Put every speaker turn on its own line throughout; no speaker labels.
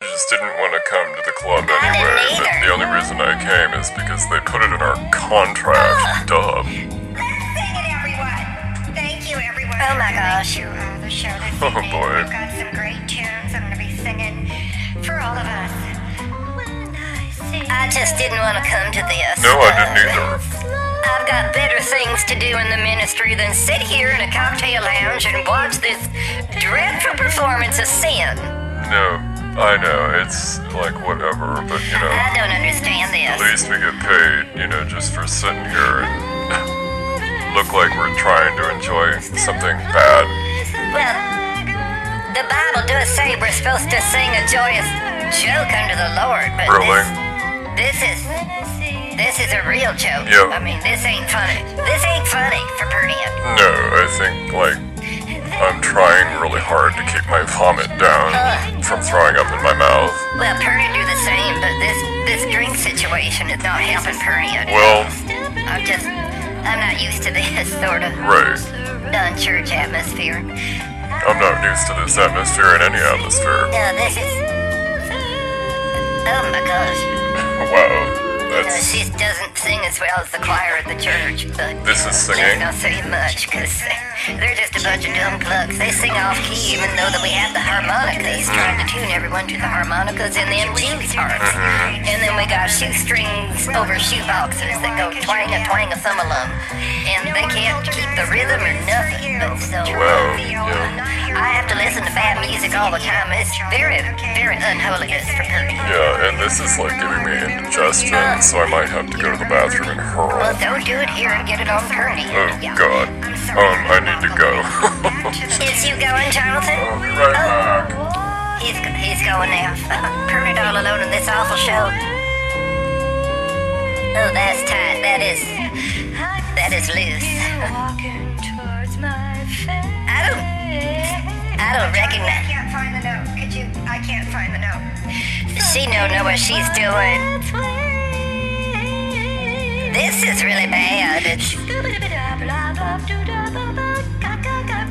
just didn't want to come to the club anyway. But the only reason I came is because they put it in our contract. Duh.
Let's sing it, everyone. Thank you, everyone.
Oh, my gosh.
You uh, the show this
Oh,
evening.
boy.
We've got some great tunes. I'm going to be singing for all of us. When I sing,
I just didn't want to come to this.
No, I didn't either.
I've got better things to do in the ministry than sit here in a cocktail lounge and watch this dreadful performance of sin.
No, I know it's like whatever, but you know,
I don't understand
at
this.
least we get paid, you know, just for sitting here and look like we're trying to enjoy something bad.
Well, the Bible does say we're supposed to sing a joyous joke unto the Lord, but
Really?
this, this is this is a real joke.
Yeah.
I mean, this ain't funny. This ain't funny for Purnia.
No, I think like I'm trying really hard to keep my vomit down from throwing up in my mouth.
Well, Purnia do the same, but this this drink situation is not helping Purnia.
Well,
I'm just, I'm not used to this sort of
right.
non-church atmosphere.
I'm not used to this atmosphere in any atmosphere.
No, this is. Oh my gosh.
Wow,
You know,
that's
she doesn't sing as well as the choir at the church, but
this is
she's
singing.
not say much because they're just a bunch of dumb clucks. They sing off key, even though that we have the harmonicas, trying to
Mm-hmm.
tune everyone to the harmonicas and then cheese harps.
Mm-hmm.
And then we got shoestrings over shoeboxes that go twang a twang a thumb alum. And they can't keep the rhythm or nothing. But so.
Wow, yeah,
I have to listen to bad music all the time. It's very, very unholy. It's for me.
yeah, and this is like giving me indigestion, so I might have to go to the bathroom and
Well,
hurl.
don't do it here and get it on Purdy.
Oh God, um, I need to go.
Is you going, Jonathan?
I'll
Oh,
be Oh, right back.
He's, he's going now. Purdy all alone in this awful show. Oh, that's tight. That is, that is loose.
walking towards my face.
I don't, I don't
I
recognize.
can't find the note. Could you? I can't find the note.
She don't know what she's doing. This is really bad. It's,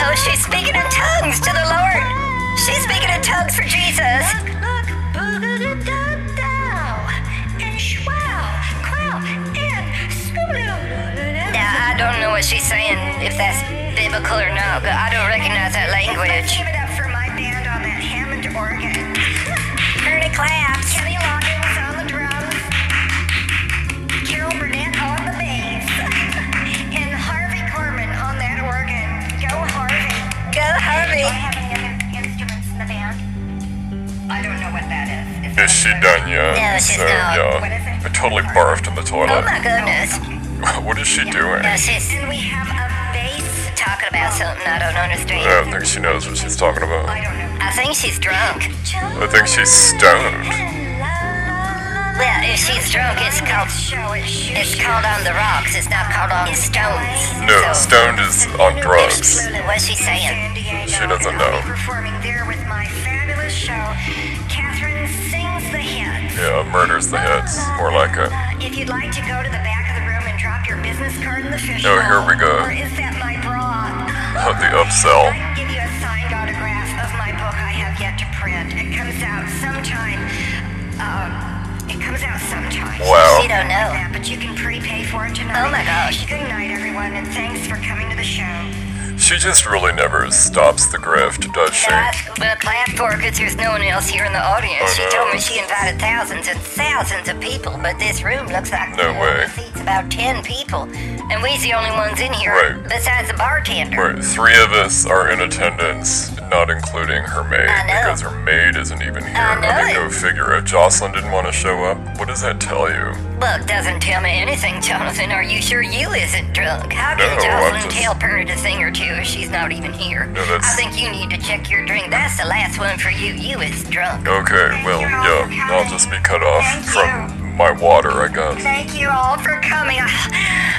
oh, she's speaking in tongues to the Lord. She's speaking in tongues for Jesus. Now, I don't know what she's saying, if that's biblical or not, but I don't recognize that
Let's
language.
give it up for my band on that Hammond organ.
Heard it claps.
Kenny Loggins on the drums, Carol Burnett on the bass, and Harvey Corman on that organ. Go Harvey.
Go,
Do
Harvey.
I have any other instruments in the band? I don't know what that is.
Is she done yet?
No, she's
so,
not.
What is
yeah.
it?
I totally barfed in the
Oh,
toilet.
my goodness.
what is she doing? I
No, she's
And we have a bass.
talking about something I don't understand.
don't think she knows what she's talking
I
about.
don't know.
I think she's drunk.
I think she's stoned.
Well, if she's drunk, it's called
Show it. Shoot.
It's called on the rocks. It's not called on the stones.
No,
So,
stoned is on drugs.
What's she saying?
San Diego,
She doesn't
and I'll be
know.
Performing there with my fabulous show, Catherine sings the hits.
Yeah, murders the hits. More like it.
Uh, if you'd like to go to the back of the room and drop your business card in the fish.
Oh, here we go.
Or is that my bra?
Oh, the upsell.
I can give you a signed autograph of my book I have yet to print. It comes out sometime. Um, it comes out sometime.
She
Wow.
don't know.
Yeah, but you can prepay for it tonight.
Oh, my gosh.
Good night, everyone, and thanks for coming to the show.
She just really never stops the grift, does she?
I've well, clapped for because there's no one else here in the audience. She told me she invited thousands and thousands of people, but this room looks like
No way.
seats about ten people, and we's the only ones in here
Right.
besides the bartender.
Right, three of us are in attendance, not including her maid,
I know.
because her maid isn't even here.
I know
mean,
it.
go figure. If Jocelyn didn't want to show up, what does that tell you?
Look, doesn't tell me anything, Jonathan. Are you sure you isn't drunk? How can
No, I'm
Jocelyn
just-
tell Perna a thing or two if she's not even here?
No, that's-
I think you need to check your drink. That's the last one for you. You is drunk.
Okay, well, yeah, I'll just be cut off from my water, I guess.
Thank you all for coming.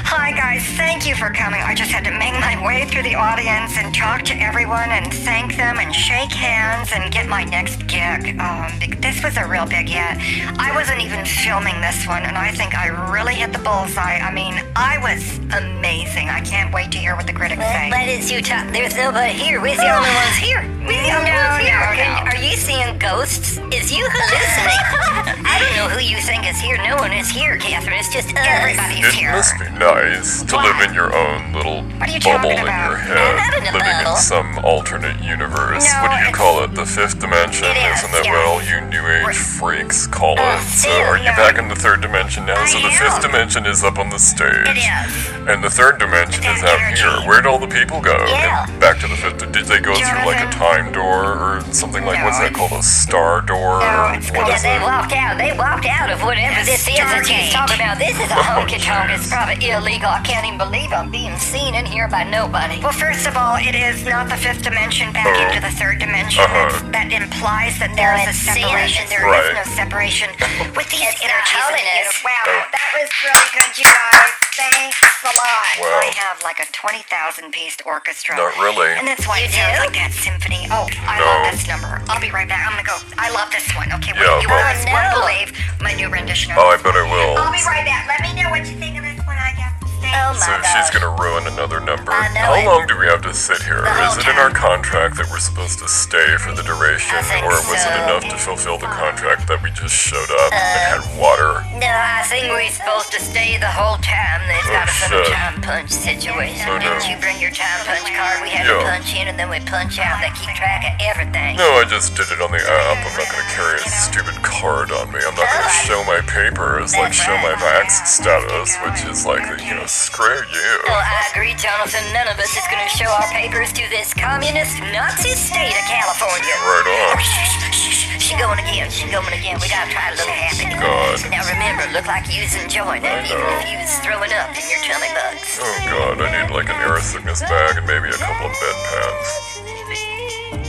Hi, guys. Thank you for coming. I just had to make my way through the audience and talk to everyone and thank them and shake hands and get my next gig. Um, be- this was a real big hit. I wasn't even filming this one, and I think I really hit the bullseye. I mean, I was amazing. I can't wait to hear what the critics
But,
say.
but it's you talk. There's nobody here. We're the only ones here. We're the only
No,
ones here.
no,
Can-
no.
Are you seeing ghosts? Is you hallucinating? know who you think is here. No one is here, Catherine. It's just us.
Everybody's
It
here.
must be nice to live in your own little
What are you
bubble
talking
in your
about?
head,
Not in a
living in
bubble.
some alternate universe.
No,
what do you
it's-
call it? The fifth dimension?
It is,
Isn't that
yeah.
what all you new age freaks call
Uh,
it? So are you
yeah.
back in the third dimension now?
I
so the
am.
fifth dimension is up on the stage.
It is.
And the third dimension
It's
is
that
out
energy.
here. Where'd all the people go?
Yeah.
And back to the fifth. Did they go through like a
Jonathan.
time door or something like
No,
what's that
it's-
called? A star door?
No,
or
it's
what
called-
Yeah,
is
they
it?
walked out. They walked out of whatever this is that she's
Stargate.
talking about. This is a
Oh,
honky tonk.
jeez.
It's probably illegal. I can't even believe I'm being seen in here by nobody.
Well, first of all, it is not the fifth dimension back
Oh.
into the third dimension.
Uh-huh.
That's- That implies that there is a
it's sin.
separation. There is
Right.
no separation with these
It's not
energies. in the
holiness.
uni- Wow,
Oh.
that was really good, you guys. Thanks a lot.
Wow.
I have like a 20,000 piece orchestra.
Not really.
And that's why
You
it sounds
do?
like that symphony. Oh,
No.
I love this number. I'll be right back. I'm going to go. I love this one. Okay,
Yeah,
you
well-
guys won't
No.
believe my new rendition. of
Oh, I
this
bet I will.
I'll be right back. Let me know what you think of this one. I got
Oh,
So
my
she's
gosh.
gonna ruin another number.
I know
How
it.
long do we have to sit here?
The
Is
whole
it in our
time.
contract that we're supposed to stay for the duration,
I think
or was it
so.
enough to fulfill the contract that we just showed up
Uh.
and had water?
No, I think we're supposed to stay the whole time. There's
Oh,
got to be a
shit.
time punch situation.
Oh, no.
Didn't you bring your time punch card? We had to
Yeah.
punch in and then we punch out. They keep track of everything.
No, I just did it on the app. I'm not gonna carry a stupid card on me. I'm not gonna
Alright.
show my papers, like
That's
show my
right.
vax status, which is like, the, you know, screw you.
Well, I agree, Jonathan. None of us is going to show our papers to this communist Nazi state of California.
Right on.
Oh, shh, shh, shh, shh. She going again. She going again. We gotta try to look happy.
God.
Now remember, look like you's enjoying
I
it, even
know.
if you's throwing up in your tummy bugs.
Oh god, I need like an air sickness bag and maybe a couple of bed pads.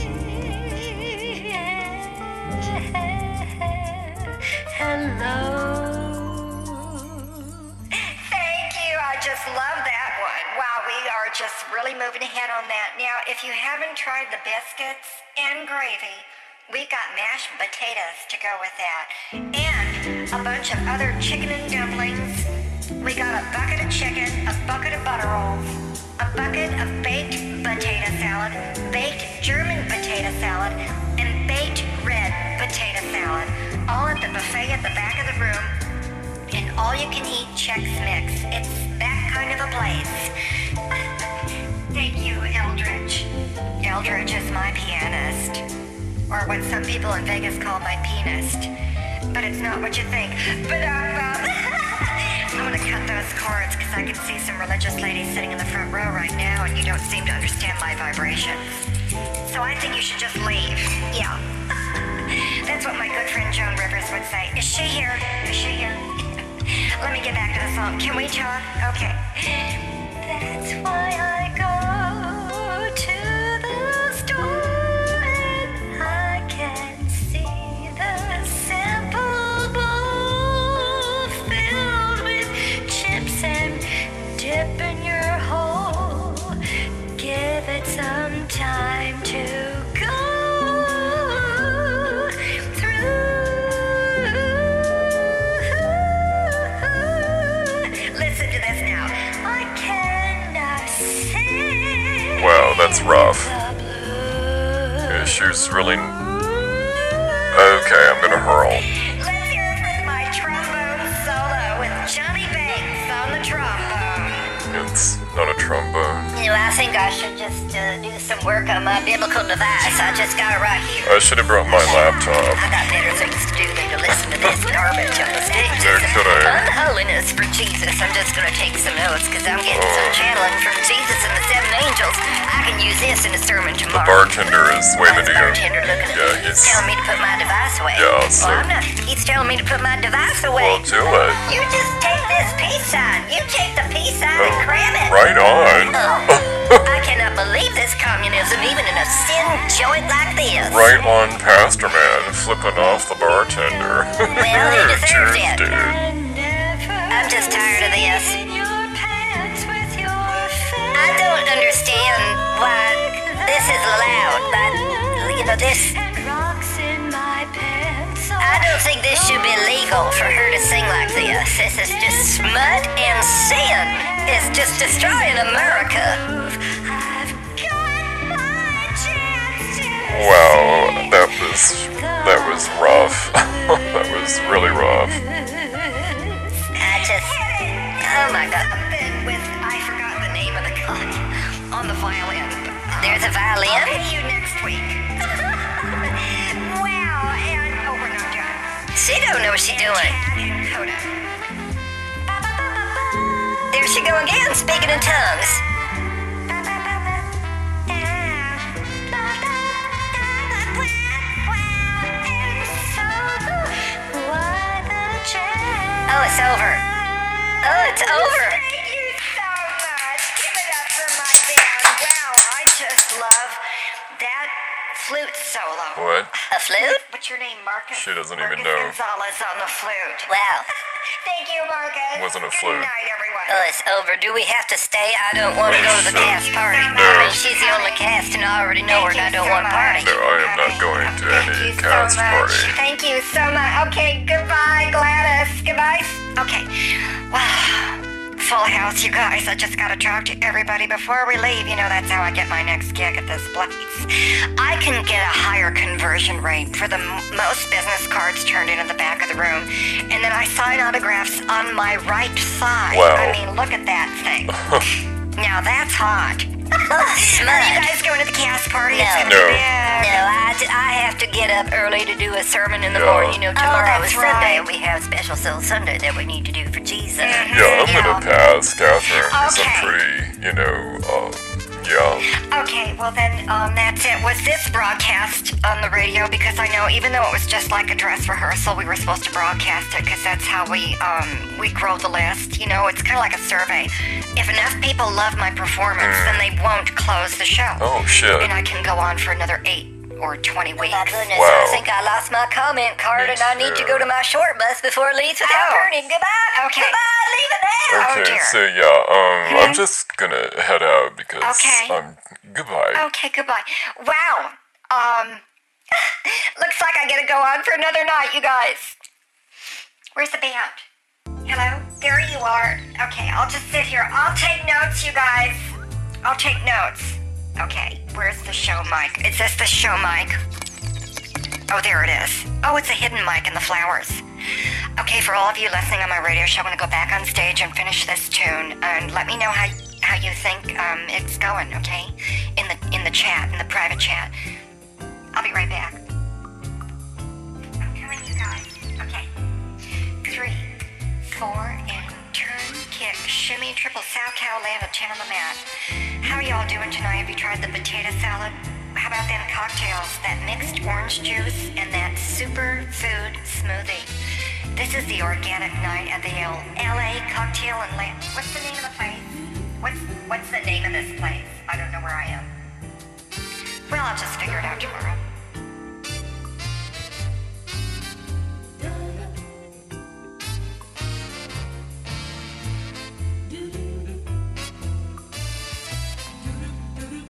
Thank you. I just love that one. Wow, we are just really moving ahead on that. Now, if you haven't tried the biscuits and gravy, we've got mashed potatoes to go with that, and a bunch of other chicken and dumplings. We got a bucket of chicken, a bucket of butter rolls, a bucket of baked potato salad, baked German potato salad, and baked red potato salad, all at the buffet at the back of the room an all-you-can-eat Chex Mix. It's that kind of a place. Thank you, Eldridge. Eldridge is my pianist, or what some people in Vegas call my pianist. But it's not what you think. But um, um, I'm gonna cut those cords because I can see some religious ladies sitting in the front row right now, and you don't seem to understand my vibrations. So I think you should just leave. Yeah. That's what my good friend Joan Rivers would say. Is she here? Is she here? Let me get back to the song. Can we talk? Okay. That's why I go to the store and I can see the simple bowl filled with chips and dip in your hole. Give it some time to go through. Listen to this now. I cannot see.
Wow, that's rough.
the blue.
Yeah, she's really. Okay, I'm gonna hurl.
Let's hear it with my trombone solo with Johnny Banks on the trombone.
It's not a trombone.
You know, I think I should just uh, do some work on my biblical device. I just got it right here.
I should have brought my laptop.
I got better things to do than to listen to this garbage on the stage.
Yeah, could I?
Unholiness for Jesus. I'm just going to take some notes because I'm getting some
Oh.
channeling from Jesus and the seven angels. I can use this in a sermon
The
tomorrow.
bartender is waving to you.
bartender looking at
Yeah,
me.
he's.
He's telling me to put my device away.
Yeah,
well,
so-
I'm not. He's telling me to put my device away.
Well, do it.
You just take this peace sign. You take the peace sign and cram it.
Oh, Right on.
Oh, I cannot believe this communism, even in a sin joint like this.
Right on, Pastor Man, flipping off the bartender.
Well, he deserves
Cheers,
it.
dude.
I'm just tired of this. I don't understand why this is allowed, but you know this. I don't think this should be legal for her to sing like this. This is just smut and sin. It's just destroying America.
Wow, that was that was rough. that was It's really rough.
I just, oh my god.
Something with I forgot the name of the god on the violin.
There's a
I'll
violin.
pay you next week. wow, and oh, we're not done.
She don't know what she's doing.
Chad and Coda.
There she go again, speaking in tongues. Oh, it's over. Oh, it's over.
Thank you so much. Give it up for my band. Wow, I just love that flute solo.
What?
A flute?
What's your name, Marcus?
She doesn't
Marcus
even know.
Gonzalez on the flute.
Wow.
Thank you, Marcus.
Wasn't a
Good
flute.
night, everyone.
Oh, it's over. Do we have to stay? I don't want to go to the cast party. I mean, she's the only cast, and I already know her, and I don't want to party.
No, I am not going to any
Thank you
cast
so much.
party.
Thank you so much. Okay, goodbye, Gladys. Goodbye. Okay. Wow. Full house, you guys. I just gotta talk to everybody before we leave. You know, that's how I get my next gig at this place. I can get a higher conversion rate for the m- most business cards turned into the back of the room. And then I sign autographs on my right side.
Wow.
I mean, look at that thing. now that's hot.
Oh,
Are you
smut.
guys going to the cast party? It's
No.
gonna be
No.
big.
No, I, j- I have to get up early to do a sermon in the
Yeah.
morning. You know, tomorrow
Oh, that's
is Sunday.
right.
We have special soul Sunday that we need to do for Jesus.
Mm-hmm.
Yeah, I'm gonna pass Catherine 'cause
Okay.
I'm pretty, you know, um, yeah.
Okay, well then, um, that's it. Was this broadcast on the radio? Because I know, even though it was just like a dress rehearsal, we were supposed to broadcast it because that's how we um, we grow the list. You know, it's kind of like a survey. If enough people love my performance, then they won't close the show,
Oh shit.
and I can go on for another eight or twenty weeks.
My goodness,
Wow.
I think I lost my comment card,
Me
and I need to
too.
go to my short bus before it leaves without
Oh.
turning. Goodbye.
Okay.
Goodbye. Leave it now.
Oh,
Okay,
dear.
so yeah, um, I'm just gonna head out because
Okay. Oh,
I'm goodbye.
Okay, goodbye. Wow. Um, looks like I gotta go on for another night, you guys. Where's the band? Hello? There you are. Okay, I'll just sit here. I'll take notes, you guys. I'll take notes. Okay, where's the show mic? Is this the show mic? Oh, there it is. Oh, it's a hidden mic in the flowers. Okay, for all of you listening on my radio show, I'm gonna go back on stage and finish this tune, and let me know how how you think um, it's going. Okay, in the in the chat, in the private chat. I'll be right back. I'm coming, you guys. Okay, three, four, and turn, kick, shimmy, triple sow cow, land a ten on the mat. How are y'all doing tonight? Have you tried the potato salad? How about them cocktails? That mixed orange juice and that super food smoothie. This is the organic night at the L- LA Cocktail and Land. What's the name?